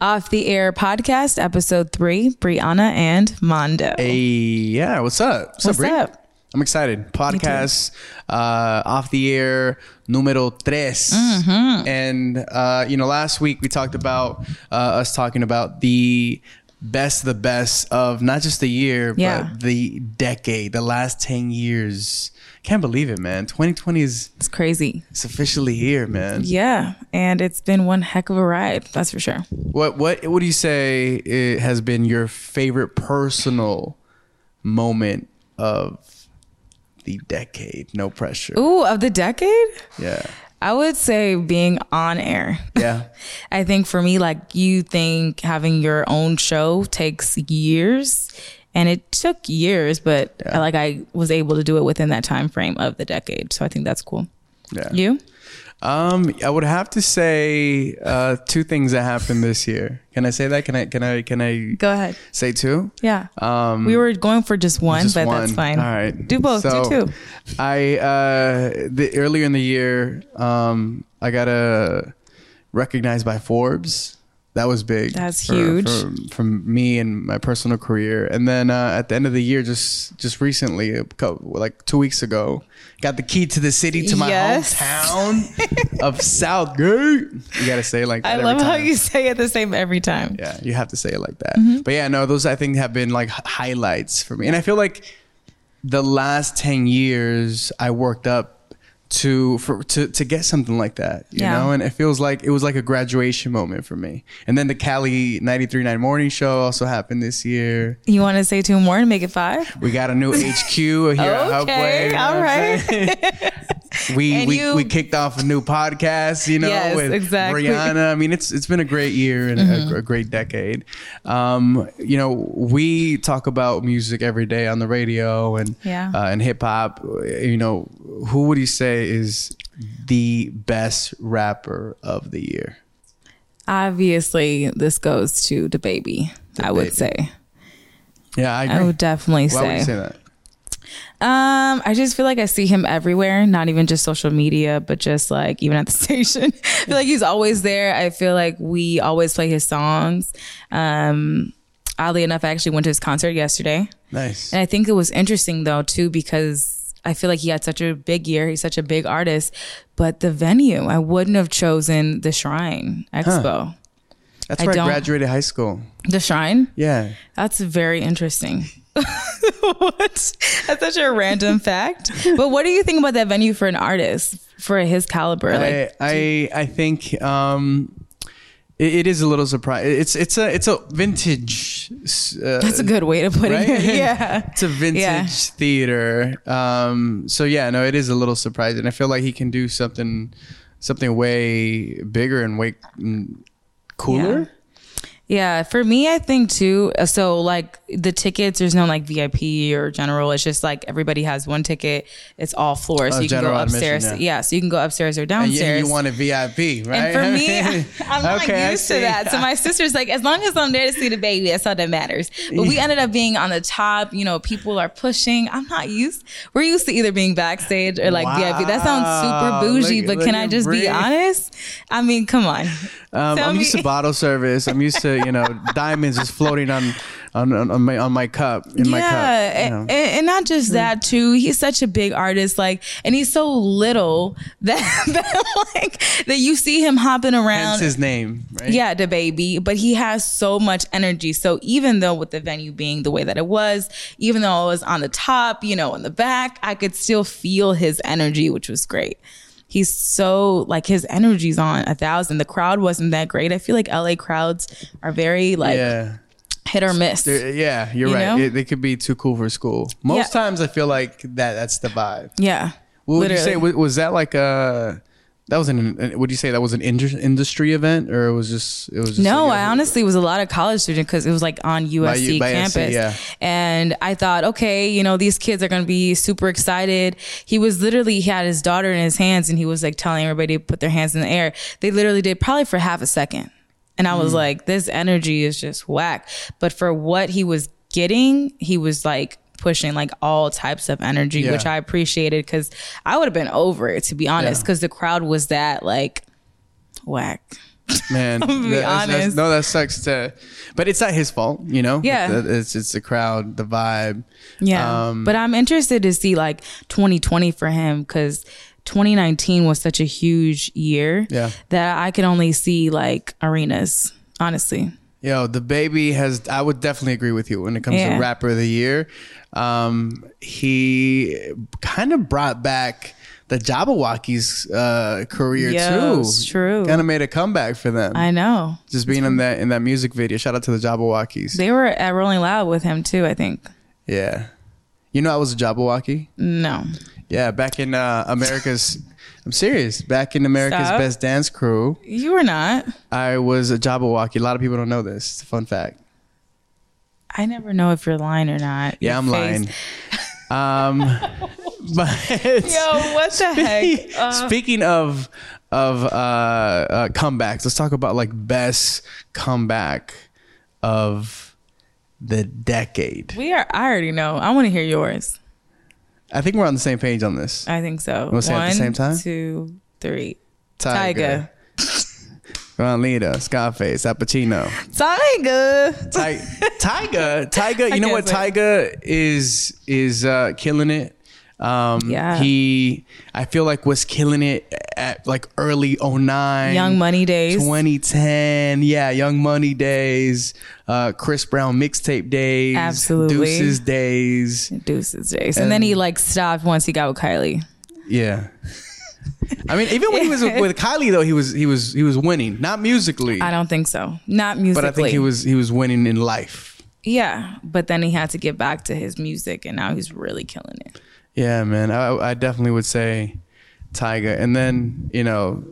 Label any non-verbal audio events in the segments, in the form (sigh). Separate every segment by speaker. Speaker 1: Off the Air podcast, episode three, Brianna and Mondo.
Speaker 2: Hey, yeah, what's up?
Speaker 1: What's
Speaker 2: Bri?
Speaker 1: up?
Speaker 2: I'm excited. Podcast, uh, off the air, numero tres.
Speaker 1: Mm-hmm.
Speaker 2: And, uh, you know, last week we talked about uh, us talking about the best, the best of not just the year,
Speaker 1: Yeah.
Speaker 2: but the decade, the last 10 years. Can't believe it, man. 2020 is
Speaker 1: It's crazy.
Speaker 2: it's officially here, man.
Speaker 1: Yeah. And it's been one heck of a ride, that's for sure.
Speaker 2: What, what, what do you say it has been your favorite personal moment of the decade? No pressure.
Speaker 1: Ooh, of the decade?
Speaker 2: Yeah.
Speaker 1: I would say being on air.
Speaker 2: Yeah.
Speaker 1: I think for me, like you think having your own show takes years. And it took years, but I like I was able to do it within that time frame of the decade. So I think that's cool.
Speaker 2: Yeah.
Speaker 1: You?
Speaker 2: Um, I would have to say uh, two things that happened this year. Can I say that? Can I? Can I? Can I
Speaker 1: Go ahead.
Speaker 2: say two?
Speaker 1: Yeah.
Speaker 2: Um,
Speaker 1: we were going for just one,
Speaker 2: Just
Speaker 1: but
Speaker 2: one.
Speaker 1: that's fine.
Speaker 2: All right.
Speaker 1: Do both.
Speaker 2: So,
Speaker 1: do two.
Speaker 2: I uh, the, earlier in the year, um, I got uh, recognized by Forbes. That was big.
Speaker 1: That's
Speaker 2: for-
Speaker 1: huge.
Speaker 2: for, for me and my personal career. And then uh, at the end of the year, just just recently, a cou- like two weeks ago, got the key to the city to my
Speaker 1: Yes.
Speaker 2: hometown of Southgate. You gotta
Speaker 1: (laughs)
Speaker 2: say it like that
Speaker 1: I
Speaker 2: every
Speaker 1: love how
Speaker 2: time.
Speaker 1: you say it the same every time.
Speaker 2: Yeah, you have to say it like that. But yeah, no, those I think have been like h- highlights for me. And I feel like the last 10 years I worked up to for to to get something like that, you
Speaker 1: Yeah.
Speaker 2: know? And it feels like it was like a graduation moment for me. And then the Cali 939 morning show also happened this year.
Speaker 1: You want to say two more and make it five?
Speaker 2: We got a new HQ here at Hubway.
Speaker 1: Okay,
Speaker 2: you know
Speaker 1: all
Speaker 2: what I'm
Speaker 1: right.
Speaker 2: saying?
Speaker 1: (laughs)
Speaker 2: we
Speaker 1: And
Speaker 2: we,
Speaker 1: you-
Speaker 2: we kicked off a new podcast, you know,
Speaker 1: Yes,
Speaker 2: with
Speaker 1: exactly. Mm-hmm.
Speaker 2: Brianna. I mean, it's it's been a great year and a- a, great decade. Um, you know, we talk about music every day on the radio and
Speaker 1: Yeah.
Speaker 2: uh, and hip hop. You know, who would you say is the best rapper of the year?
Speaker 1: Obviously, this goes to the baby. I would
Speaker 2: Baby.
Speaker 1: say.
Speaker 2: Yeah, I agree.
Speaker 1: I would definitely
Speaker 2: Why would
Speaker 1: say.
Speaker 2: you say that?
Speaker 1: Um, I just feel like I see him everywhere, not even just social media, but just like even at the (laughs) station. I feel like he's always there. I feel like we always play his songs. Um, oddly enough, I actually went to his concert yesterday.
Speaker 2: Nice.
Speaker 1: And I think it was interesting though too because I feel like he had such a big year. He's such a big artist, but the venue I wouldn't have chosen the Shrine Expo.
Speaker 2: That's
Speaker 1: I
Speaker 2: where I,
Speaker 1: don't-
Speaker 2: graduated high school.
Speaker 1: The Shrine.
Speaker 2: Yeah.
Speaker 1: That's very interesting. (laughs) what? That's such a random fact. But what do you think about that venue for an artist for his caliber? Like,
Speaker 2: I, I I think um, it, it is a little surprise. It's it's a it's a vintage. Uh,
Speaker 1: that's a good way to put
Speaker 2: right?
Speaker 1: it. (laughs) yeah.
Speaker 2: It's a vintage
Speaker 1: Yeah.
Speaker 2: theater. Um, so yeah, no, it is a little surprising. I feel like he can do something something way bigger and way mm, cooler.
Speaker 1: Yeah, for me, I think too. uh, So, like the tickets, there's no like VIP or general. It's just like everybody has one ticket. It's all floors.
Speaker 2: Oh,
Speaker 1: so you can go
Speaker 2: general admission,
Speaker 1: upstairs.
Speaker 2: yeah.
Speaker 1: Yeah. so you can go upstairs or
Speaker 2: And
Speaker 1: downstairs.
Speaker 2: you, you want a VIP, right?
Speaker 1: And for me, (laughs)
Speaker 2: (laughs)
Speaker 1: I'm not
Speaker 2: I
Speaker 1: used to
Speaker 2: see.
Speaker 1: that. So my sister's like, as long as I'm there to see the baby, that's all that matters. But we ended up being on the top. You know, people are pushing. I'm not used. We're used to either being backstage or like VIP. That
Speaker 2: Wow.
Speaker 1: sounds super bougie.
Speaker 2: Look-
Speaker 1: but
Speaker 2: look
Speaker 1: can I
Speaker 2: at
Speaker 1: just
Speaker 2: Bree.
Speaker 1: be honest? I mean, come on.
Speaker 2: Um,
Speaker 1: Tell
Speaker 2: I'm used
Speaker 1: me.
Speaker 2: to bottle service. I'm used to
Speaker 1: (laughs)
Speaker 2: you know diamonds just floating on on on, on my on my cup in my
Speaker 1: yeah,
Speaker 2: cup.
Speaker 1: a-
Speaker 2: you know.
Speaker 1: and, and not just that too. He's such a big artist, like, and he's so little (laughs) that, that like that you see him hopping around.
Speaker 2: Hence his name, right?
Speaker 1: Yeah, the baby, but he has so much energy. So even though with the venue being the way that it was, even though I was on the top, you know, in the back, I could still feel his energy, which was great. He's so like his energy's on a thousand. The crowd wasn't that great. I feel like LA crowds are very like
Speaker 2: Yeah.
Speaker 1: hit or miss.
Speaker 2: They're- yeah, you're
Speaker 1: You
Speaker 2: right.
Speaker 1: know?
Speaker 2: It, they could be too cool for school. Most
Speaker 1: Yeah.
Speaker 2: times, I feel like that. That's the vibe.
Speaker 1: yeah.
Speaker 2: What would you
Speaker 1: Literally.
Speaker 2: say? wa- Was that like a? That was an. uh, Would you say that was an indus- industry event, or it was just? It was just
Speaker 1: No,
Speaker 2: like
Speaker 1: I
Speaker 2: a-
Speaker 1: honestly was a lot of college student because it was like on USC
Speaker 2: by USC,
Speaker 1: campus,
Speaker 2: yeah.
Speaker 1: and I thought, okay, you know, these kids are going to be super excited. He was literally he had his daughter in his hands, and he was like telling everybody to put their hands in the air. They literally did probably for half a second, and I was
Speaker 2: Mm.
Speaker 1: like, this energy is just whack. But for what he was getting, he was like pushing like all types of energy,
Speaker 2: Yeah.
Speaker 1: which I appreciated because I would have been over it to be honest,
Speaker 2: Yeah.
Speaker 1: because the crowd was that like whack. (laughs)
Speaker 2: man.
Speaker 1: I'm gonna be
Speaker 2: that's- that's-
Speaker 1: honest.
Speaker 2: no, that sucks to, but it's not his fault, you know.
Speaker 1: Yeah.
Speaker 2: It- it's it's the crowd, the vibe.
Speaker 1: Yeah.
Speaker 2: Um,
Speaker 1: but I'm interested to see like 2020 for him because 2019 was such a huge year
Speaker 2: Yeah.
Speaker 1: that I could only see like arenas, honestly.
Speaker 2: Yo, the baby has. I would definitely agree with you when it comes
Speaker 1: Yeah.
Speaker 2: to rapper of the year. Um, he kind of brought back the Jabberwockies uh, career
Speaker 1: Yo,
Speaker 2: too.
Speaker 1: it's true.
Speaker 2: Kind of made a comeback for them.
Speaker 1: I know.
Speaker 2: Just being in that in that music video. Shout out to the Jabberwockies.
Speaker 1: They were at Rolling Loud with him too, I think.
Speaker 2: Yeah. You know I was a Jabberwocky.
Speaker 1: No.
Speaker 2: Yeah, back in uh, America's. I'm serious. Back in America's
Speaker 1: Stop.
Speaker 2: Best Dance Crew,
Speaker 1: You were not.
Speaker 2: I was a Jabberwocky. A lot of people don't know this. It's a fun fact.
Speaker 1: I never know if you're lying or not.
Speaker 2: Yeah,
Speaker 1: Your
Speaker 2: I'm
Speaker 1: face- (laughs)
Speaker 2: lying. Um, but
Speaker 1: Yo, what the
Speaker 2: (laughs)
Speaker 1: heck? Uh,
Speaker 2: Speaking of of uh, uh, comebacks, let's talk about like best comeback of the decade.
Speaker 1: we are. I already know. I want to hear yours.
Speaker 2: I think we're on the same page on this.
Speaker 1: I think so.
Speaker 2: wanna say it at the same time?
Speaker 1: two, three.
Speaker 2: Tiger, Ron Lita, Scarface, Al Pacino.
Speaker 1: Tiger. (laughs)
Speaker 2: Ti- Tyga, Tyga,
Speaker 1: I
Speaker 2: you know what?
Speaker 1: can't
Speaker 2: Tyga is is uh, killing it. Um,
Speaker 1: Yeah.
Speaker 2: he, I feel like was killing it at like early 09.
Speaker 1: Young Money days.
Speaker 2: 2010. Yeah, Young Money days, uh, Chris Brown mixtape days,
Speaker 1: Absolutely.
Speaker 2: Deuces days.
Speaker 1: Deuces Jace. And then he
Speaker 2: And-
Speaker 1: like stopped once he got with Kylie.
Speaker 2: Yeah. I mean, even when he
Speaker 1: (laughs)
Speaker 2: was with Kylie though, he was he was he was winning, not musically,
Speaker 1: I don't think so. Not musically.
Speaker 2: but I think he was he was winning in life.
Speaker 1: Yeah, but then he had to get back to his music, and now he's really killing it. (laughs)
Speaker 2: Yeah, man. I I definitely would say Tyga, and then you know,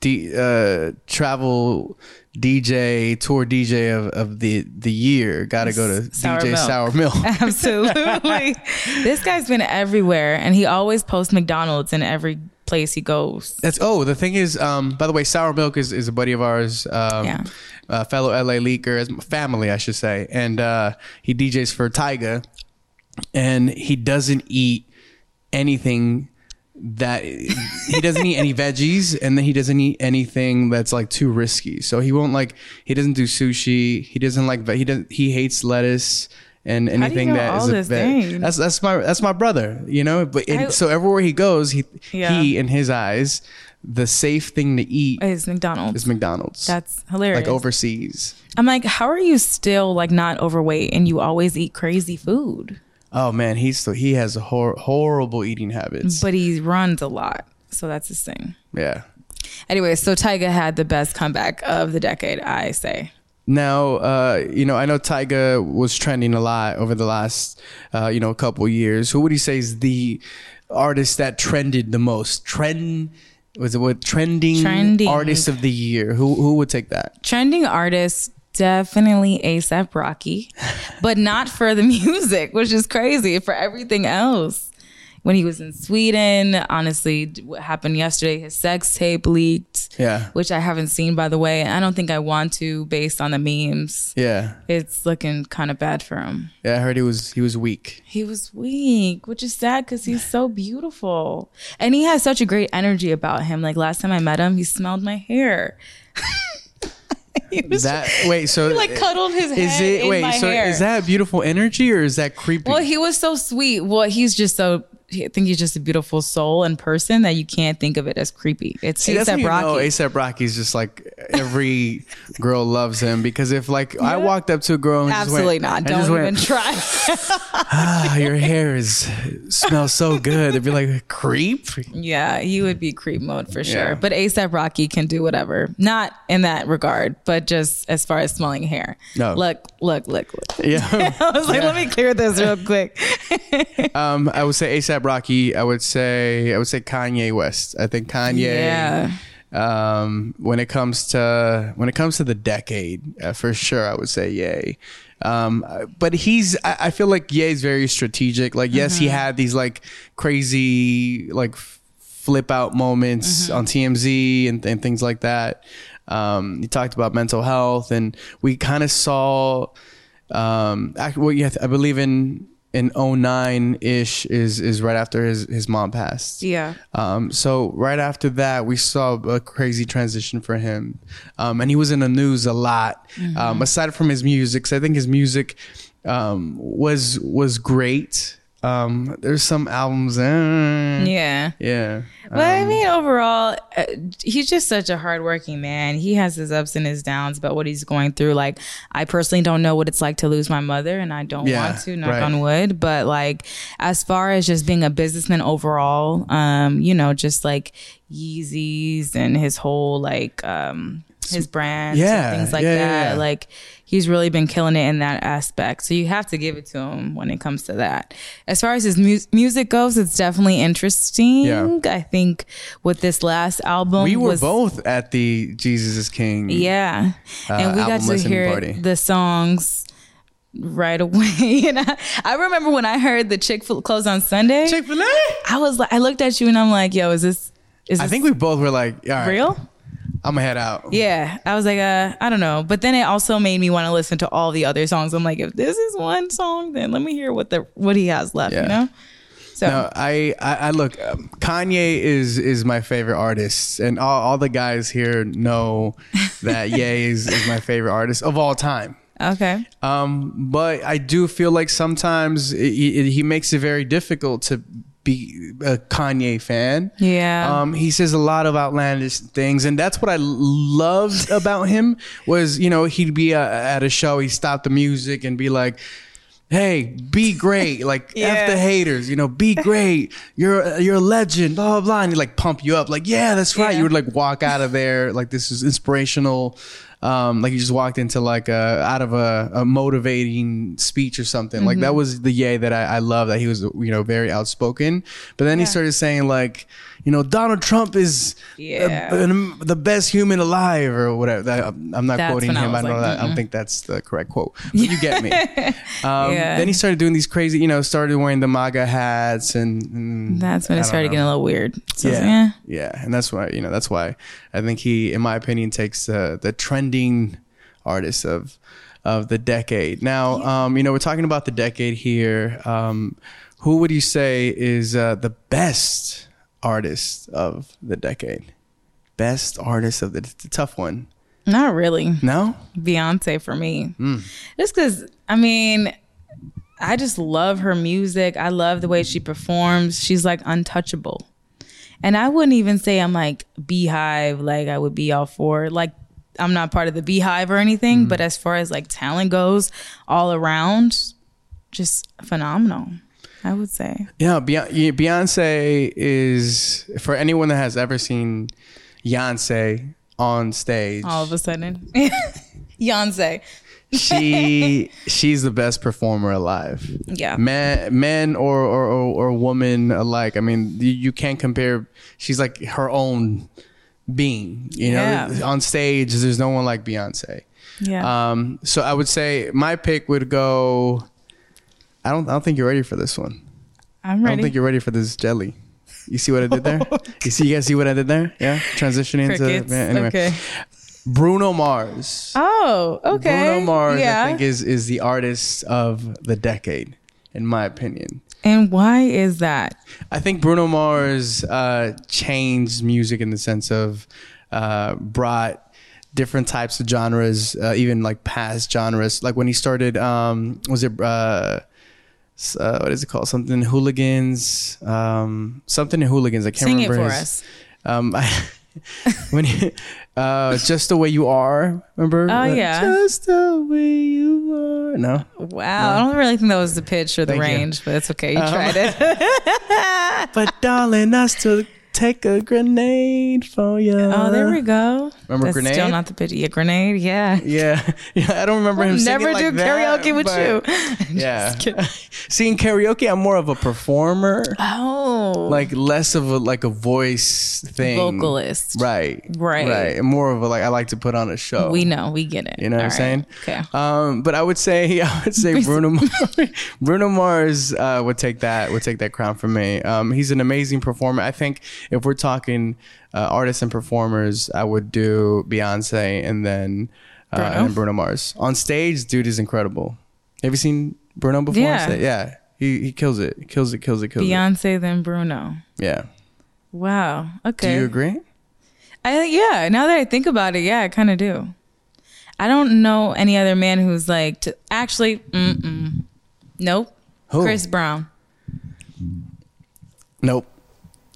Speaker 2: D, uh, travel DJ tour DJ of, of the the year. Got to go to
Speaker 1: Sour
Speaker 2: DJ
Speaker 1: Milk.
Speaker 2: Sour Milk.
Speaker 1: (laughs)
Speaker 2: (laughs)
Speaker 1: Absolutely. this guy's been everywhere, and he always posts McDonald's in every place he goes.
Speaker 2: That's oh the thing is um by the way sour milk is, is a buddy of ours um
Speaker 1: Yeah.
Speaker 2: a fellow LA leaker as family I should say and uh he DJs for Tyga and he doesn't eat anything that he doesn't
Speaker 1: (laughs)
Speaker 2: eat any veggies and then he doesn't eat anything that's like too risky so he won't like he doesn't do sushi he doesn't like ve- he doesn't he hates lettuce and
Speaker 1: you
Speaker 2: anything
Speaker 1: know
Speaker 2: that is
Speaker 1: all
Speaker 2: a
Speaker 1: this
Speaker 2: veg.
Speaker 1: thing?
Speaker 2: that's that's my that's my brother you know but and
Speaker 1: I-
Speaker 2: so everywhere he goes he
Speaker 1: Yeah.
Speaker 2: he in his eyes, the safe thing to eat
Speaker 1: It's McDonald's.
Speaker 2: is McDonald's.
Speaker 1: That's hilarious.
Speaker 2: like overseas.
Speaker 1: I'm like, how are you still like not overweight and you always eat crazy food?
Speaker 2: Oh man, he's still he has a hor- horrible eating habits.
Speaker 1: But he runs a lot, so that's his thing.
Speaker 2: yeah.
Speaker 1: Anyway, so Tyga had the best comeback of the decade, I say.
Speaker 2: Now, uh, you know, I know Tyga was trending a lot over the last, uh, you know, couple years. Who would you say is the artist that trended the most? Trend was it what trending,
Speaker 1: Trending.
Speaker 2: artist of the year? Who who would take that?
Speaker 1: Trending artists, definitely ASAP Rocky, but not for the (laughs) music, which is crazy, for everything else. When he was in Sweden, honestly, d- what happened yesterday, his sex tape leaked,
Speaker 2: Yeah.
Speaker 1: which I haven't seen, by the way. I don't think I want to based on the memes.
Speaker 2: Yeah,
Speaker 1: It's looking kind of bad for him.
Speaker 2: yeah. I heard he was he was weak.
Speaker 1: He was weak, which is sad because he's so beautiful. And he has such a great energy about him. Like last time I met him, he smelled my hair. (laughs) he was
Speaker 2: That wait, so
Speaker 1: he, (laughs) like cuddled his head
Speaker 2: Is it
Speaker 1: in
Speaker 2: wait?
Speaker 1: my
Speaker 2: So
Speaker 1: hair.
Speaker 2: is that beautiful energy or is that creepy?
Speaker 1: well, he was so sweet. Well, he's just so. I think he's just a beautiful soul and person that you can't think of it as creepy. It's
Speaker 2: See, that's when
Speaker 1: ASAP
Speaker 2: you
Speaker 1: Rocky.
Speaker 2: know ASAP Rocky's just like
Speaker 1: (laughs)
Speaker 2: every girl loves him because if like I walked up to a girl and
Speaker 1: Absolutely
Speaker 2: just went,
Speaker 1: not.
Speaker 2: and
Speaker 1: Don't
Speaker 2: just
Speaker 1: even
Speaker 2: went,
Speaker 1: try. (laughs)
Speaker 2: ah, your hair is smells so good. They'd be like, creep.
Speaker 1: yeah, you would be creep mode for sure.
Speaker 2: Yeah.
Speaker 1: But ASAP Rocky can do whatever. Not in that regard, but just as far as smelling hair.
Speaker 2: No.
Speaker 1: Look, look, look, look. (laughs)
Speaker 2: Yeah.
Speaker 1: I was like, let me clear this real quick.
Speaker 2: Um, I would say ASAP Rocky. I would say I would say Kanye West. I think Kanye.
Speaker 1: Yeah.
Speaker 2: Um, when it comes to when it comes to the decade, uh, for sure, I would say Yay. Um, but he's I, I feel like Ye's very strategic. Like yes, he had these like crazy like f- flip out moments on TMZ and, and things like that. Um, he talked about mental health, and we kind of saw um, I, well, yeah, I believe in in 09 ish is is right after his his mom passed.
Speaker 1: Yeah.
Speaker 2: Um, so right after that, we saw a crazy transition for him, um, and he was in the news a lot.
Speaker 1: Mm-hmm.
Speaker 2: Um, aside from his music, 'cause I think his music um, was was great. Um, there's some albums, eh,
Speaker 1: Yeah.
Speaker 2: yeah,
Speaker 1: But I
Speaker 2: Um,
Speaker 1: mean, overall, uh, he's just such a hardworking man. He has his ups and his downs about what he's going through. Like, I personally don't know what it's like to lose my mother, and I don't
Speaker 2: Yeah,
Speaker 1: want to, knock
Speaker 2: right.
Speaker 1: on wood. But, like, as far as just being a businessman overall, um, you know, just like Yeezys and his whole, like, um, his brands,
Speaker 2: Yeah,
Speaker 1: and things like
Speaker 2: yeah, yeah,
Speaker 1: that.
Speaker 2: yeah.
Speaker 1: Like, he's really been killing it in that aspect. So you have to give it to him when it comes to that. As far as his mu- music goes, it's definitely interesting.
Speaker 2: Yeah.
Speaker 1: I think with this last album,
Speaker 2: We were
Speaker 1: was,
Speaker 2: both at the Jesus is King.
Speaker 1: yeah, and we got
Speaker 2: album
Speaker 1: to
Speaker 2: listening
Speaker 1: hear
Speaker 2: party.
Speaker 1: the songs right (laughs) away. and I, I remember when I heard the Chick Fil close on Sunday,
Speaker 2: Chick Fil A.
Speaker 1: I was like, I looked at you and I'm like, yo, is this is
Speaker 2: I
Speaker 1: this
Speaker 2: think we both were like, all right,
Speaker 1: real?
Speaker 2: I'm gonna head out.
Speaker 1: Yeah, I was like, uh, I don't know, but then it also made me want to listen to all the other songs. I'm like, if this is one song, then let me hear what the what he has left.
Speaker 2: Yeah.
Speaker 1: You know, so
Speaker 2: No, I, I, I look. Um, Kanye is is my favorite artist, and all, all the guys here know that Ye is, is my favorite artist of all time.
Speaker 1: okay,
Speaker 2: Um, but I do feel like sometimes it, it, he makes it very difficult to be a Kanye fan.
Speaker 1: Yeah.
Speaker 2: Um, he says a lot of outlandish things, and that's what I loved about him was you know he'd be uh, at a show, he'd stop the music and be like. Hey, be great! Like
Speaker 1: (laughs) Yeah.
Speaker 2: f the haters, you know, be great. You're you're a legend, blah blah blah, and he'd like pump you up, like yeah, that's right.
Speaker 1: Yeah.
Speaker 2: You would like walk out of there like this is inspirational um like you just walked into like a out of a, a motivating speech or something like
Speaker 1: Mm-hmm.
Speaker 2: that was the yay that i, I love that he was you know very outspoken but then he started saying like you know donald trump is uh,
Speaker 1: Yeah.
Speaker 2: an- the best human alive or whatever That- i'm not
Speaker 1: That's
Speaker 2: quoting
Speaker 1: when I
Speaker 2: him i,
Speaker 1: was
Speaker 2: know
Speaker 1: like,
Speaker 2: that i don't think that's the correct
Speaker 1: (laughs)
Speaker 2: quote but you get me um,
Speaker 1: Yeah.
Speaker 2: then he started doing these crazy you know started wearing the maga hats and, and
Speaker 1: that's when
Speaker 2: I
Speaker 1: it
Speaker 2: don't
Speaker 1: started
Speaker 2: know.
Speaker 1: getting a little weird. So,
Speaker 2: Yeah.
Speaker 1: yeah.
Speaker 2: Yeah. And that's why, you know, that's why I think he, in my opinion, takes uh, the trending artist of of the decade. Now, um, you know, we're talking about the decade here. Um, who would you say is uh, the best artist of the decade? Best artist of the, it's a tough one.
Speaker 1: Not really.
Speaker 2: No?
Speaker 1: Beyonce for me.
Speaker 2: Hmm.
Speaker 1: Just because, I mean, I just love her music. I love the way she performs. She's like untouchable. And I wouldn't even say I'm like beehive, like I would be all for. Like, I'm not part of the beehive or
Speaker 2: Mm-hmm.
Speaker 1: anything, but as far as like talent goes, all around, just phenomenal, I would say.
Speaker 2: Yeah, Beyonce, yeah, Beyonce is for anyone that has ever seen Beyonce on stage.
Speaker 1: All of a sudden, (laughs) Beyonce. (laughs)
Speaker 2: she she's the best performer alive.
Speaker 1: Yeah.
Speaker 2: man, man or or or, or woman alike. I mean, you, you can't compare. She's like her own being. You know,
Speaker 1: Yeah.
Speaker 2: on stage, there's no one like Beyonce.
Speaker 1: Yeah.
Speaker 2: Um, so I would say my pick would go. I don't. I don't think you're ready for this one.
Speaker 1: I'm
Speaker 2: I don't think
Speaker 1: ready.
Speaker 2: you're ready for this jelly. You see what I did there? you see? You guys see what I did there? Yeah. Transitioning
Speaker 1: Crickets.
Speaker 2: to man, anyway.
Speaker 1: Okay.
Speaker 2: Bruno Mars.
Speaker 1: Oh, okay.
Speaker 2: Bruno Mars,
Speaker 1: yeah.
Speaker 2: I think, is is the artist of the decade, in my opinion.
Speaker 1: And why is that?
Speaker 2: I think Bruno Mars uh, changed music in the sense of uh, brought different types of genres, uh, even like past genres. Like when he started, um, was it uh, s- uh, what is it called? Something hooligans, um, something in hooligans. I can't
Speaker 1: Sing it
Speaker 2: remember.
Speaker 1: for
Speaker 2: his-
Speaker 1: us.
Speaker 2: Um, (laughs) I, when he, uh, just the way you are, remember?
Speaker 1: Oh,
Speaker 2: Like,
Speaker 1: yeah.
Speaker 2: just the way you are.
Speaker 1: (laughs)
Speaker 2: No,
Speaker 1: Wow, I don't really think that was the pitch or the
Speaker 2: Thank you. Um,
Speaker 1: range, but it's okay. You tried
Speaker 2: (laughs)
Speaker 1: it.
Speaker 2: but darling, us to take a grenade for you.
Speaker 1: Oh, there we go.
Speaker 2: Remember
Speaker 1: That's
Speaker 2: Grenade?
Speaker 1: Still not the pitch. Yeah, grenade.
Speaker 2: (laughs)
Speaker 1: Yeah.
Speaker 2: Yeah, yeah. I don't remember him. singing
Speaker 1: Never
Speaker 2: like
Speaker 1: do
Speaker 2: that,
Speaker 1: karaoke with
Speaker 2: but-
Speaker 1: you. (laughs)
Speaker 2: (laughs) Yeah. (laughs) Seeing karaoke, I'm more of a performer,
Speaker 1: Oh,
Speaker 2: like less of a like a voice thing.
Speaker 1: vocalist.
Speaker 2: Right.
Speaker 1: Right.
Speaker 2: Right. More of a like I like to put on a show.
Speaker 1: We know. We get it.
Speaker 2: You know
Speaker 1: All
Speaker 2: what I'm
Speaker 1: right.
Speaker 2: saying?
Speaker 1: Okay.
Speaker 2: Um, but I would say (laughs) I
Speaker 1: (laughs)
Speaker 2: would say Bruno Mars, (laughs) Bruno Mars uh, would take that would take that crown from me. Um, he's an amazing performer. I think if we're talking uh, artists and performers, I would do Beyonce and then uh,
Speaker 1: Bruno?
Speaker 2: and Bruno Mars on stage. Dude is incredible. Have you seen Bruno before? on
Speaker 1: Yeah.
Speaker 2: stage? yeah. He he kills it. Kills it. Kills it. Kills
Speaker 1: Beyonce than Bruno.
Speaker 2: it. Yeah.
Speaker 1: Wow. Okay.
Speaker 2: Do you agree?
Speaker 1: I think- yeah. Now that I think about it, yeah, I kind of do. I don't know any other man who's like to, actually. Mm-mm. Nope.
Speaker 2: Who?
Speaker 1: Chris Brown.
Speaker 2: Nope.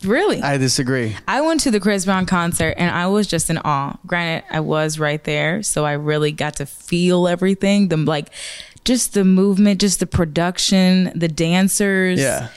Speaker 1: Really? I,
Speaker 2: I disagree.
Speaker 1: went to the Chris Brown concert and I was just in awe. Granted, I was right there, so I really got to feel everything. The like, just the movement, just the production, the dancers.
Speaker 2: Yeah.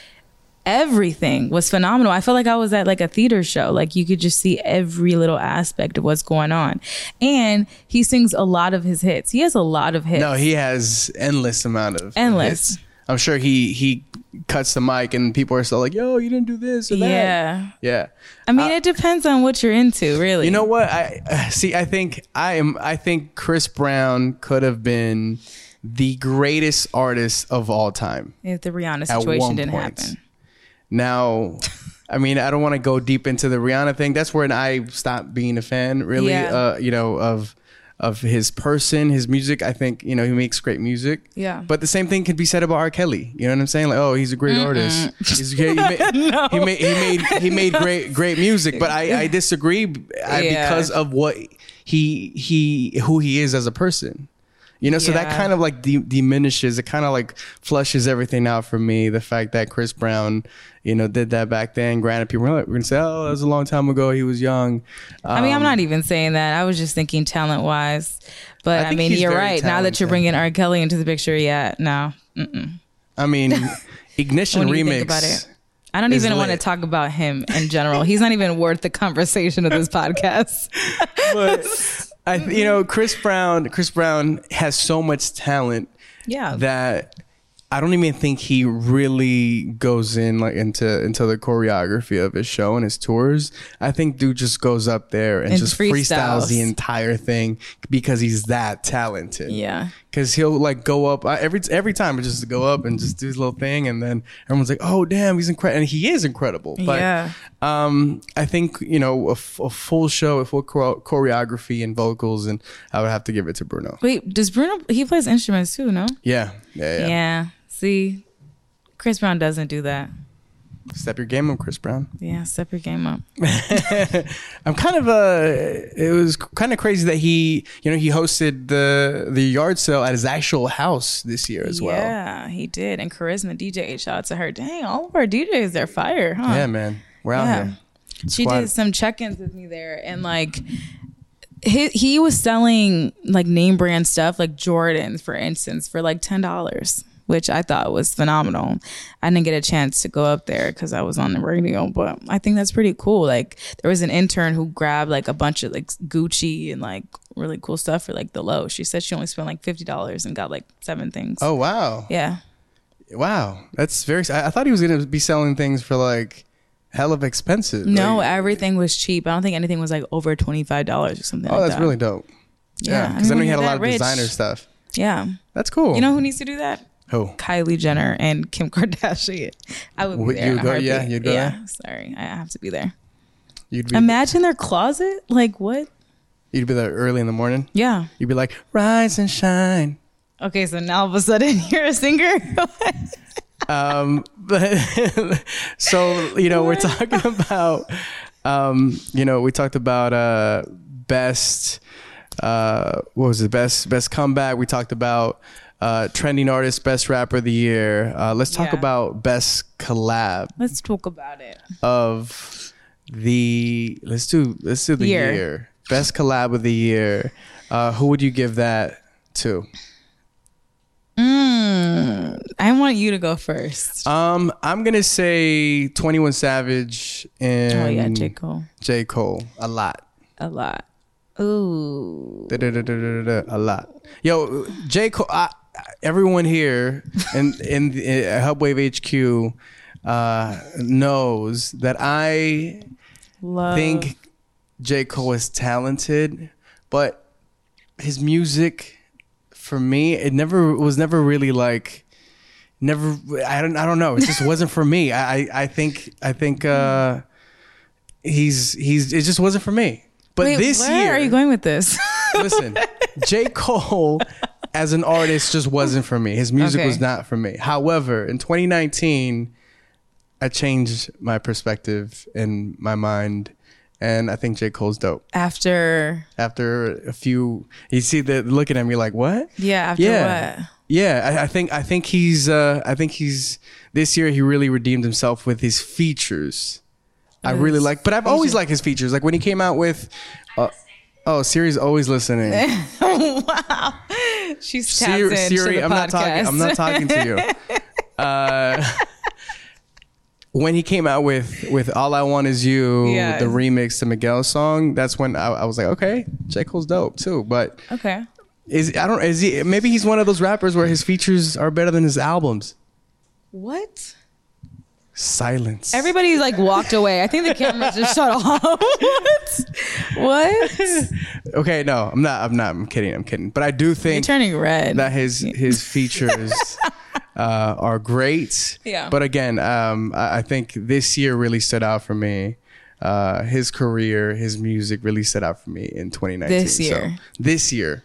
Speaker 1: everything was phenomenal. I felt like I was at like a theater show. Like you could just see every little aspect of what's going on. And he sings a lot of his hits. He has a lot of hits.
Speaker 2: No, he has endless amount of
Speaker 1: Endless.
Speaker 2: hits. I'm sure he he cuts the mic and people are still like, "Yo, you didn't do this or that."
Speaker 1: yeah.
Speaker 2: Yeah.
Speaker 1: I mean, it depends on what you're into, really.
Speaker 2: Uh, You know what? I (sighs) see. I think I am. I think Chris Brown could have been the greatest artist of all time.
Speaker 1: if the Rihanna
Speaker 2: At
Speaker 1: situation
Speaker 2: one
Speaker 1: didn't
Speaker 2: point.
Speaker 1: happen. (laughs)
Speaker 2: Now, I mean, I don't want to go deep into the Rihanna thing. That's when I stopped being a fan, really.
Speaker 1: Yeah.
Speaker 2: Uh, you know of of his person, his music. I think you know he makes great music.
Speaker 1: Yeah.
Speaker 2: But the same thing could be said about R. Kelly. You know what I'm saying? Like, oh, he's a great artist.
Speaker 1: (laughs)
Speaker 2: He's, he, made, he made he made he made great great music. But
Speaker 1: (laughs)
Speaker 2: I I disagree I,
Speaker 1: Yeah.
Speaker 2: because of what he he who he is as a person. You know, so that
Speaker 1: Yeah.
Speaker 2: kind of like de- diminishes. It kind of like flushes everything out for me. The fact that Chris Brown, you know, did that back then. Granted, people were, like, we're gonna say, "Oh, that was a long time ago. He was young."
Speaker 1: I
Speaker 2: Um,
Speaker 1: mean, I'm not even saying that. I was just thinking talent wise. But
Speaker 2: I
Speaker 1: I,
Speaker 2: think
Speaker 1: mean,
Speaker 2: he's
Speaker 1: you're
Speaker 2: very
Speaker 1: right. Now that you're
Speaker 2: talented.
Speaker 1: bringing R. Kelly into the picture, yeah, no. (laughs)
Speaker 2: I mean, Ignition
Speaker 1: When
Speaker 2: remix.
Speaker 1: you think about it. I don't
Speaker 2: is
Speaker 1: even want to
Speaker 2: lit.
Speaker 1: talk about him in general. He's not even worth the conversation of
Speaker 2: (laughs)
Speaker 1: this podcast.
Speaker 2: but I, you know, Chris Brown. Chris Brown has so much talent
Speaker 1: Yeah.
Speaker 2: that I don't even think he really goes in like into into the choreography of his show and his tours. I think dude just goes up there and,
Speaker 1: And
Speaker 2: just freestyles.
Speaker 1: freestyles.
Speaker 2: the entire thing because he's that talented.
Speaker 1: yeah.
Speaker 2: Cause he'll like go up I, every every time, it's just to go up and just do his little thing, and then everyone's like, "Oh damn, he's incredible!" And he is incredible. But
Speaker 1: Yeah.
Speaker 2: um, I think you know a, f- a full show, a full chore- choreography and vocals, and I would have to give it to Bruno.
Speaker 1: Wait, does Bruno? He plays instruments too, no?
Speaker 2: Yeah, yeah, yeah.
Speaker 1: Yeah. See, Chris Brown doesn't do that.
Speaker 2: Step your game up, Chris Brown.
Speaker 1: Yeah, step your game up.
Speaker 2: I'm kind of uh, it was kind of crazy that he, you know, he hosted the the yard sale at his actual house this year as well.
Speaker 1: Yeah, he did. And Charisma DJ, shout out to her. Dang, all of our DJs, they're fire, huh?
Speaker 2: Yeah, man, we're out
Speaker 1: Yeah.
Speaker 2: here.
Speaker 1: she
Speaker 2: Squad.
Speaker 1: did some check-ins with me there and like he, he was selling like name brand stuff like jordans for instance for like $10 which i thought was phenomenal i didn't get a chance to go up there because i was on the radio but i think that's pretty cool like there was an intern who grabbed like a bunch of like gucci and like really cool stuff for like the low she said she only spent like $50 and got like seven things
Speaker 2: Oh wow,
Speaker 1: yeah
Speaker 2: wow, that's very. I, I thought he was gonna be selling things for like hell of expensive.
Speaker 1: no
Speaker 2: Like,
Speaker 1: everything was cheap i don't think anything was like over $25 or something
Speaker 2: oh,
Speaker 1: like
Speaker 2: that's
Speaker 1: that.
Speaker 2: really dope. Yeah, because
Speaker 1: I, mean,
Speaker 2: I know
Speaker 1: when
Speaker 2: he had a
Speaker 1: you're
Speaker 2: lot
Speaker 1: that
Speaker 2: of
Speaker 1: rich-
Speaker 2: designer stuff.
Speaker 1: Yeah.
Speaker 2: That's cool. Oh,
Speaker 1: You know who needs to do that?
Speaker 2: who?
Speaker 1: Kylie Jenner and Kim Kardashian. I would be
Speaker 2: Would
Speaker 1: there.
Speaker 2: you
Speaker 1: in a
Speaker 2: go- yeah,
Speaker 1: heartbeat.
Speaker 2: you'd go
Speaker 1: Yeah, sorry, I have to be there.
Speaker 2: You'd be
Speaker 1: Imagine their closet. Like what?
Speaker 2: you'd be there early in the morning.
Speaker 1: Yeah.
Speaker 2: You'd be like, rise and shine.
Speaker 1: Okay, so now all of a sudden (laughs) you're a singer.
Speaker 2: um, (laughs) but so you know we're talking (laughs) about um, you know we talked about uh, best uh, what was the best best comeback we talked about uh, trending artist best rapper of the year uh, let's talk
Speaker 1: Yeah.
Speaker 2: about best collab
Speaker 1: Let's talk about it.
Speaker 2: of the let's do let's do the year,
Speaker 1: Year.
Speaker 2: best collab of the year uh, who would you give that to
Speaker 1: Mm, I want you to go first.
Speaker 2: um i'm gonna say 21 savage and
Speaker 1: oh yeah, J Cole.
Speaker 2: J. Cole a lot.
Speaker 1: A lot. Ooh.
Speaker 2: Da-da-da-da-da-da, A lot. Yo, J. Cole, I, everyone here in, (laughs) in, the- at Hubwave HQ uh, knows that I
Speaker 1: Love.
Speaker 2: think J. Cole is talented, but his music for me, it never was never really like never I don't I don't know. It just wasn't for me. I I, I think I think uh he's he's it just wasn't for me. But
Speaker 1: Wait,
Speaker 2: this
Speaker 1: where
Speaker 2: year
Speaker 1: are you going with this?
Speaker 2: listen, J. Cole as an artist just wasn't for me. His music
Speaker 1: Okay.
Speaker 2: was not for me. However, in 2019, I changed my perspective and my mind, and I think J. Cole's dope.
Speaker 1: (laughs) After
Speaker 2: After a few, you see the looking at me like, what?
Speaker 1: yeah, after
Speaker 2: Yeah.
Speaker 1: what?
Speaker 2: Yeah, I, I think I think he's uh, I think he's this year he really redeemed himself with his features. I really like, but I've always liked his features. Like when he came out with, uh, oh, Siri's always listening.
Speaker 1: (laughs) She's tapped
Speaker 2: Siri,
Speaker 1: into
Speaker 2: Siri
Speaker 1: the
Speaker 2: I'm not talking. I'm not talking to you. Uh, (laughs) when he came out with with All I Want Is You,
Speaker 1: Yeah.
Speaker 2: the remix to Miguel's song, that's when I, I was like, okay, J Cole's dope too. But
Speaker 1: (laughs) okay.
Speaker 2: is I don't is he maybe he's one of those rappers where his features are better than his albums.
Speaker 1: What?
Speaker 2: Silence.
Speaker 1: Everybody like walked away. I think the cameras just shut off. (laughs) what? What?
Speaker 2: okay, no, I'm not. I'm not. I'm kidding. I'm kidding. But I do
Speaker 1: You're
Speaker 2: think
Speaker 1: turning red.
Speaker 2: that his his
Speaker 1: (laughs)
Speaker 2: features uh, are great.
Speaker 1: Yeah.
Speaker 2: But again, um, I, I think this year really stood out for me. Uh, his career, his music really stood out for me in 2019.
Speaker 1: This
Speaker 2: So,
Speaker 1: year.
Speaker 2: this year.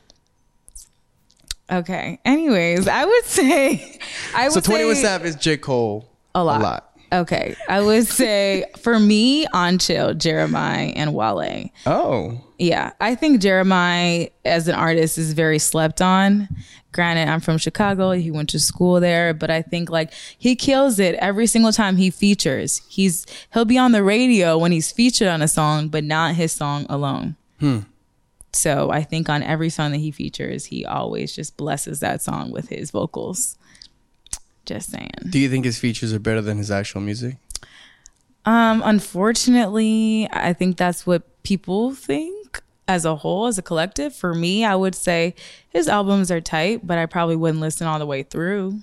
Speaker 1: okay. Anyways, I would say I would
Speaker 2: So 21
Speaker 1: say
Speaker 2: Savage, J Cole.
Speaker 1: a lot.
Speaker 2: A lot.
Speaker 1: Okay. I would say for me, on chill, Jeremiah and Wale.
Speaker 2: Oh,
Speaker 1: Yeah, I think Jeremiah as an artist is very slept on. Granted, I'm from Chicago. He went to school there, but I think like he kills it every single time he features. He's he'll be on the radio when he's featured on a song, but not his song alone. So I think on every song that he features, he always just blesses that song with his vocals. Just saying.
Speaker 2: do you think his features are better than his actual music?
Speaker 1: Um, unfortunately, I think that's what people think as a whole, as a collective. For me, I would say his albums are tight, but I probably wouldn't listen all the way through.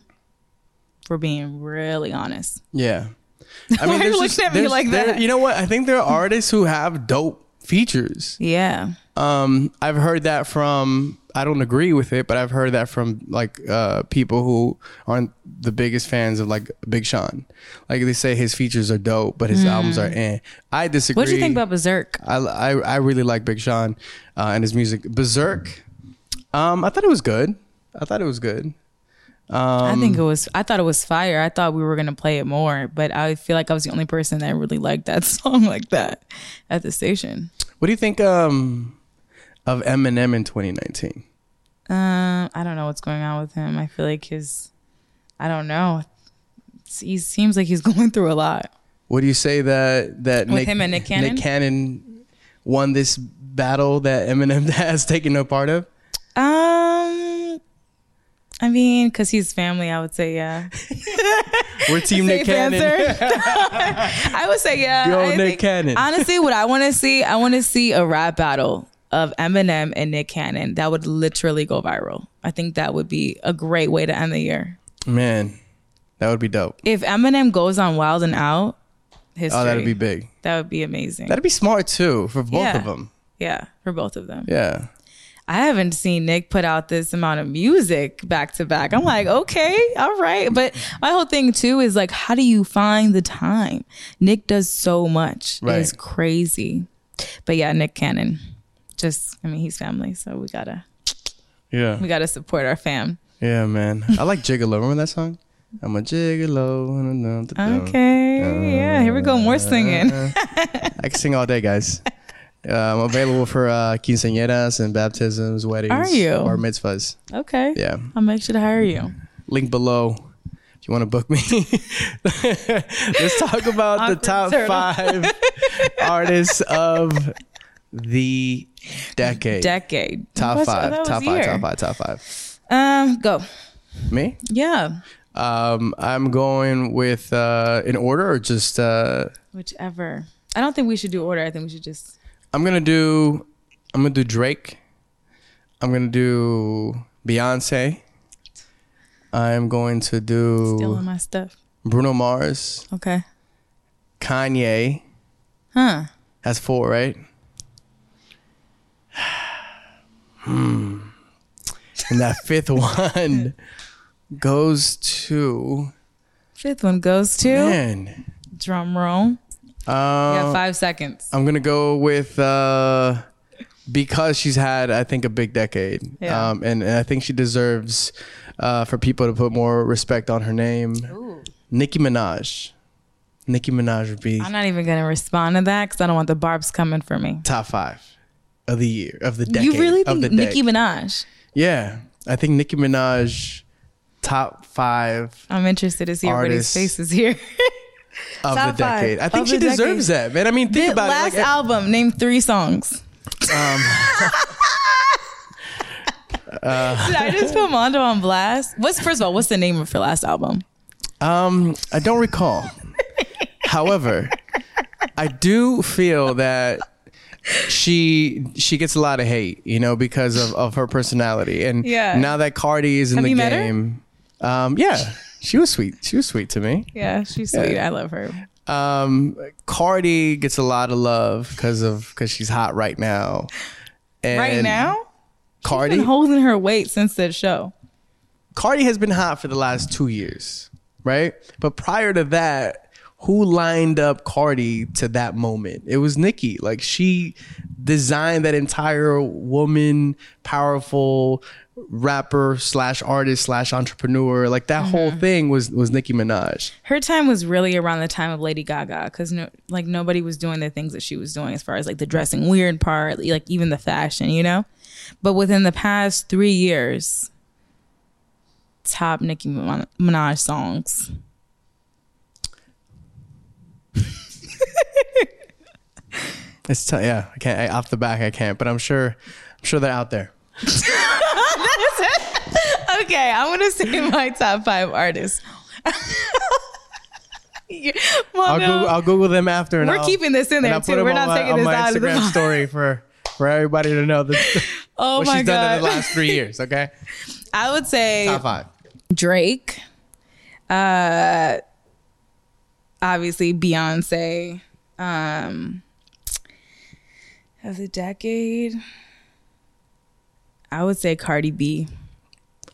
Speaker 1: For being really honest,
Speaker 2: Yeah.
Speaker 1: (laughs)
Speaker 2: I
Speaker 1: Why are
Speaker 2: there's
Speaker 1: you
Speaker 2: just-
Speaker 1: looking at me
Speaker 2: there's-
Speaker 1: like
Speaker 2: there-
Speaker 1: that?
Speaker 2: You know what? I think there are artists who have dope features.
Speaker 1: yeah,
Speaker 2: um, I've heard that from. I don't agree with it, but I've heard that from like uh, people who aren't the biggest fans of like Big Sean. Like they say his features are dope, but his albums are eh. I disagree.
Speaker 1: Hmm. what do you think about Berserk?
Speaker 2: I I, I really like Big Sean uh, and his music. Berserk. Um, I thought it was good. I thought it was good.
Speaker 1: I think it was. I thought it was fire. I thought we were gonna play it more, but I feel like I was the only person that really liked that (laughs) song like that at the station.
Speaker 2: What do you think um, of Eminem in 2019?
Speaker 1: Um, I don't know what's going on with him. I feel like his, I don't know. It's- He seems like he's (laughs) going through a lot.
Speaker 2: Would you say that that
Speaker 1: With him and Nick Cannon?
Speaker 2: Nick Cannon won this battle that Eminem (laughs) has taken no part of?
Speaker 1: Um, I mean, because he's family, I would say yeah. (laughs)
Speaker 2: We're team
Speaker 1: Safe
Speaker 2: Nick Cannon. (laughs)
Speaker 1: answer. (laughs) I would say yeah.
Speaker 2: Yo,
Speaker 1: I
Speaker 2: Nick Cannon.
Speaker 1: Honestly, what I want to see, I want to see a rap battle of Eminem and Nick Cannon. That would literally go viral. I think that would be a great way to end the year.
Speaker 2: Man, that would be dope.
Speaker 1: If Eminem goes on Wild and Out, history.
Speaker 2: Oh, that'd be
Speaker 1: be
Speaker 2: big.
Speaker 1: that would be amazing.
Speaker 2: That'd be smart too for both
Speaker 1: Yeah.
Speaker 2: of them.
Speaker 1: Yeah, for both of them.
Speaker 2: Yeah.
Speaker 1: I haven't seen Nick put out this amount of music back to back. I'm like, okay, all right. But my whole thing too is like, how do you find the time? Nick does so much.
Speaker 2: Right.
Speaker 1: It's crazy. But yeah, Nick Cannon. Just I mean, he's family, so we gotta
Speaker 2: Yeah.
Speaker 1: we gotta support our fam.
Speaker 2: Yeah, man. I like Gigolo. Remember that song? I'm a Gigolo.
Speaker 1: Okay. yeah, here we go.
Speaker 2: Uh,
Speaker 1: More singing.
Speaker 2: I can sing all
Speaker 1: (laughs)
Speaker 2: day, guys. Uh, I'm available for uh, quinceañeras and baptisms, weddings,
Speaker 1: Are you?
Speaker 2: or mitzvahs.
Speaker 1: Okay.
Speaker 2: Yeah.
Speaker 1: I'll make sure to hire you.
Speaker 2: link below if you want to book me. (laughs) Let's talk about the
Speaker 1: Awkward
Speaker 2: top
Speaker 1: turtle.
Speaker 2: five
Speaker 1: (laughs)
Speaker 2: artists of the decade.
Speaker 1: Decade.
Speaker 2: top
Speaker 1: What's-
Speaker 2: five,
Speaker 1: that was
Speaker 2: top
Speaker 1: year.
Speaker 2: five, top five, top five.
Speaker 1: Um, go.
Speaker 2: Me?
Speaker 1: Yeah.
Speaker 2: Um, I'm going with uh, in order or just uh,
Speaker 1: Whichever. I don't think we should do order. I think we should just
Speaker 2: I'm gonna do I'm gonna do Drake. I'm gonna do Beyonce. I'm going to do
Speaker 1: steal all my stuff.
Speaker 2: Bruno Mars,
Speaker 1: Okay.
Speaker 2: Kanye.
Speaker 1: Huh.
Speaker 2: That's four, right? (sighs) hmm. Hmm. And that fifth (laughs) one goes to
Speaker 1: Fifth one goes to
Speaker 2: man.
Speaker 1: drum roll.
Speaker 2: Uh,
Speaker 1: yeah, five seconds.
Speaker 2: I'm gonna go with uh, because she's had I think a big decade,
Speaker 1: Yeah.
Speaker 2: um, and, and I think she deserves uh, for people to put more respect on her name. Nicki Minaj, Nicki Minaj would be
Speaker 1: I'm not even gonna respond to that because I don't want the barbs coming for me.
Speaker 2: top five of the year of the decade.
Speaker 1: you really
Speaker 2: of
Speaker 1: think
Speaker 2: the
Speaker 1: Nicki
Speaker 2: dec-
Speaker 1: Minaj?
Speaker 2: Yeah, I think Nicki Minaj top five
Speaker 1: I'm interested to see everybody's
Speaker 2: Artist.
Speaker 1: faces here.
Speaker 2: of
Speaker 1: Top
Speaker 2: the
Speaker 1: five
Speaker 2: decade. I think
Speaker 1: of
Speaker 2: she
Speaker 1: the
Speaker 2: deserves that, man. I mean, (laughs) think
Speaker 1: The
Speaker 2: about
Speaker 1: last
Speaker 2: it. Like, Um,
Speaker 1: album, name three songs.
Speaker 2: (laughs) uh,
Speaker 1: Did I just put Mondo on blast? What's first of all, what's the name of her last album?
Speaker 2: Um, I
Speaker 1: (laughs)
Speaker 2: don't recall. However, I do feel that she she gets a lot of hate, you know, because of, of her personality. And
Speaker 1: Yeah.
Speaker 2: now that Cardi is in
Speaker 1: Have
Speaker 2: the
Speaker 1: you met her?
Speaker 2: game, um, yeah, she was sweet. She was sweet to me.
Speaker 1: Yeah, she's sweet. I love her.
Speaker 2: Um, Cardi gets a lot of love because of because she's hot right now. And
Speaker 1: right now, I've
Speaker 2: Cardi
Speaker 1: been holding her weight since that show.
Speaker 2: Cardi has been hot for the last two years, right? But prior to that, who lined up Cardi to that moment? It was Nicki. Like she designed that entire woman, powerful rapper slash artist slash entrepreneur. Like that whole
Speaker 1: Mm-hmm.
Speaker 2: thing was was Nicki Minaj.
Speaker 1: Her time was really around the time of Lady Gaga because no, like nobody was doing the things that she was doing as far as like the dressing weird part, like even the fashion, you know. But within the past three years, top Nicki Min- Minaj songs.
Speaker 2: It's t- yeah, I can't I, off the back. I can't, but I'm sure, I'm sure they're out there.
Speaker 1: Okay, I'm gonna say (laughs) my top five artists. (laughs) Yeah, well,
Speaker 2: I'll,
Speaker 1: no.
Speaker 2: Google, I'll Google them after, and
Speaker 1: We're
Speaker 2: I'll-
Speaker 1: keeping this in
Speaker 2: and
Speaker 1: there,
Speaker 2: I'll
Speaker 1: too.
Speaker 2: put them
Speaker 1: We're
Speaker 2: on
Speaker 1: not
Speaker 2: my,
Speaker 1: taking
Speaker 2: on
Speaker 1: this
Speaker 2: my
Speaker 1: out of the
Speaker 2: Instagram
Speaker 1: pod.
Speaker 2: story for for everybody to know the,
Speaker 1: oh
Speaker 2: what
Speaker 1: my
Speaker 2: she's done
Speaker 1: god!
Speaker 2: in the last three
Speaker 1: (laughs)
Speaker 2: years. Okay,
Speaker 1: I would say
Speaker 2: top five.
Speaker 1: Drake, uh, obviously Beyonce, um, of the decade. I would say Cardi B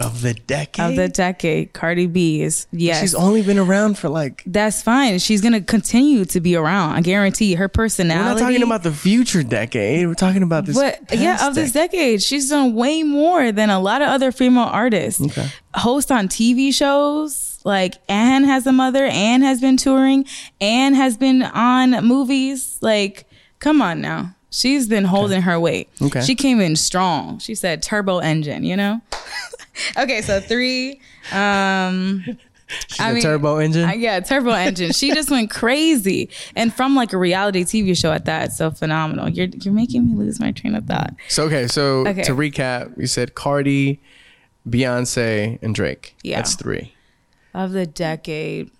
Speaker 2: of the decade.
Speaker 1: of the decade. Cardi B is yes.
Speaker 2: She's only been around for like.
Speaker 1: that's fine. She's gonna continue to be around. I guarantee her
Speaker 2: We're
Speaker 1: personality.
Speaker 2: not talking about the future decade. We're talking about this.
Speaker 1: But yeah,
Speaker 2: past
Speaker 1: of this decade, she's done way more than a lot of other female artists.
Speaker 2: Okay.
Speaker 1: Host on TV shows. Like Anne has a mother. Anne has been touring. Anne has been on movies. Like, come on now. She's been holding her weight.
Speaker 2: Okay.
Speaker 1: She came in strong. She said turbo engine, you know? (laughs) okay, so three. Um
Speaker 2: She's
Speaker 1: I
Speaker 2: a
Speaker 1: mean,
Speaker 2: turbo engine.
Speaker 1: I- yeah, Turbo Engine. She just went crazy, and from like a reality TV show at that. So phenomenal. You're you're making me lose my train of thought.
Speaker 2: so okay, so
Speaker 1: Okay.
Speaker 2: to recap, you said Cardi, Beyonce, and Drake.
Speaker 1: Yeah.
Speaker 2: that's three.
Speaker 1: Of the decade.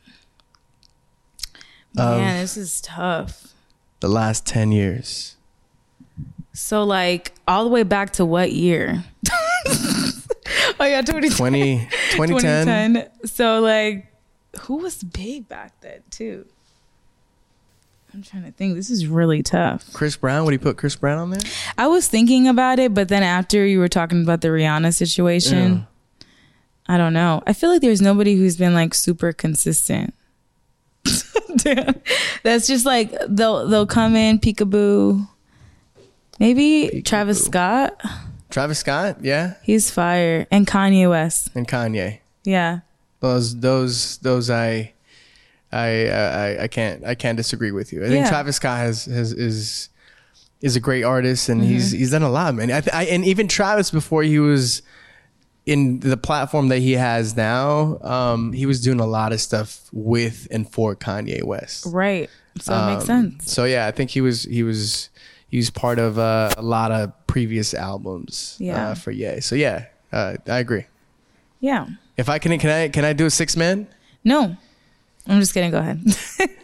Speaker 1: Man, this is tough.
Speaker 2: The last ten years.
Speaker 1: So like all the way back to what year? oh yeah, 2010. (laughs)
Speaker 2: 20, 2010.
Speaker 1: 2010. So like, who was big back then too? I'm trying to think. This is really tough.
Speaker 2: Chris Brown. Would he put Chris Brown on
Speaker 1: (sighs)
Speaker 2: there?
Speaker 1: I was thinking about it, but then after you were talking about the Rihanna situation, I don't know. I feel like there's nobody who's been like super consistent. (laughs) Damn. That's just like they'll they'll come in peekaboo. Maybe Travis Scott,
Speaker 2: Travis Scott. Yeah,
Speaker 1: he's fire, and Kanye West.
Speaker 2: and Kanye.
Speaker 1: Yeah,
Speaker 2: Those those those I I I, I can't I can't disagree with you. I think
Speaker 1: Yeah.
Speaker 2: Travis Scott has, has is is a great artist
Speaker 1: Mm-hmm.
Speaker 2: and he's he's done a lot, man. I, th- I and even Travis before he was in the platform that he has now, um, he was doing a lot of stuff with and for Kanye West.
Speaker 1: right. So it makes
Speaker 2: Um,
Speaker 1: sense.
Speaker 2: So yeah, I think he was he was he was part of uh, a lot of previous albums
Speaker 1: Yeah.
Speaker 2: uh, for Ye. So yeah, uh, I agree.
Speaker 1: Yeah.
Speaker 2: If I can can I can I do a six man?
Speaker 1: No, I'm just kidding. Go ahead.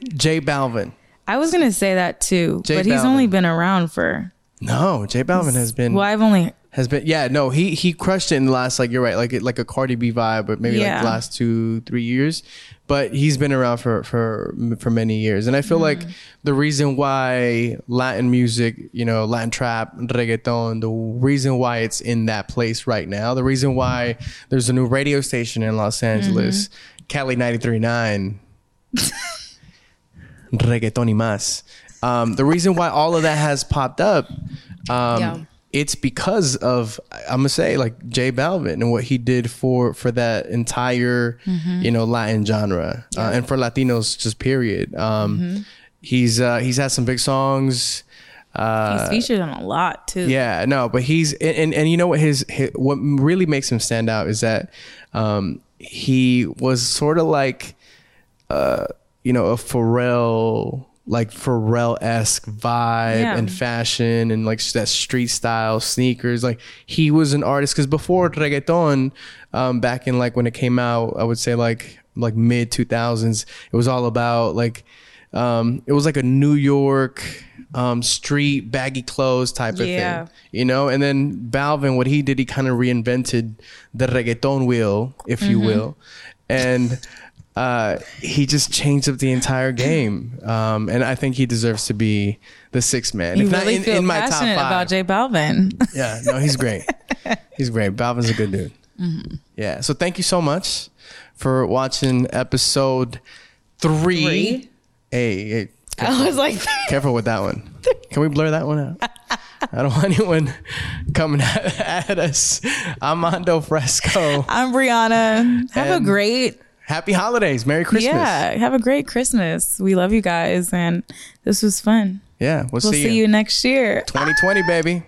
Speaker 1: (laughs)
Speaker 2: J Balvin.
Speaker 1: I was gonna say that too,
Speaker 2: J
Speaker 1: but he's
Speaker 2: Balvin.
Speaker 1: only been around for.
Speaker 2: No, J Balvin has been
Speaker 1: Well, I've only
Speaker 2: has been yeah no he he crushed it in the last like you're right like like a Cardi B vibe but maybe like
Speaker 1: Yeah.
Speaker 2: the last two three years but he's been around for for for many years and I feel like the reason why Latin music you know Latin trap reggaeton the reason why it's in that place right now the reason why there's a new radio station in Los Angeles Cali 93.9 reggaeton y más um, the reason why all of that has popped up um,
Speaker 1: Yeah.
Speaker 2: it's because of I'm gonna say like Jay Balvin and what he did for for that entire you know Latin genre uh, and for Latinos just period. Um, He's uh, he's had some big songs. Uh,
Speaker 1: He's featured on a lot too.
Speaker 2: yeah, no, but he's and, and and you know what his, his what really makes him stand out is that um, he was sort of like uh, you know a Pharrell like Pharrell esque vibe
Speaker 1: Yeah.
Speaker 2: and fashion and like that street style sneakers. Like he was an artist because before reggaeton, um, back in like when it came out, I would say like like mid two thousands, it was all about like um, it was like a New York um, street baggy clothes type of
Speaker 1: Yeah.
Speaker 2: thing, you know. And then Balvin, what he did, he kind of reinvented the reggaeton wheel, if
Speaker 1: Mm-hmm.
Speaker 2: you will, and uh, he just changed up the entire game. Um, and I think he deserves to be the sixth man,
Speaker 1: You
Speaker 2: if
Speaker 1: really
Speaker 2: not in,
Speaker 1: feel
Speaker 2: in my top
Speaker 1: passionate
Speaker 2: five.
Speaker 1: about Jay Balvin.
Speaker 2: yeah, no, he's great. he's great. Balvin's a good dude.
Speaker 1: Mm-hmm.
Speaker 2: Yeah. So thank you so much for watching episode three.
Speaker 1: Three?
Speaker 2: Hey, hey,
Speaker 1: (laughs) I was
Speaker 2: (laughs)
Speaker 1: like,
Speaker 2: Careful with that one. Can we blur that one out? I don't want anyone coming at, at us. Armando Fresco.
Speaker 1: I'm Brianna. Have
Speaker 2: And
Speaker 1: a great
Speaker 2: Happy holidays. Merry Christmas.
Speaker 1: yeah. Have a great Christmas. We love you guys, and this was fun.
Speaker 2: Yeah, we'll,
Speaker 1: We'll
Speaker 2: see,
Speaker 1: see you next year.
Speaker 2: 2020, baby.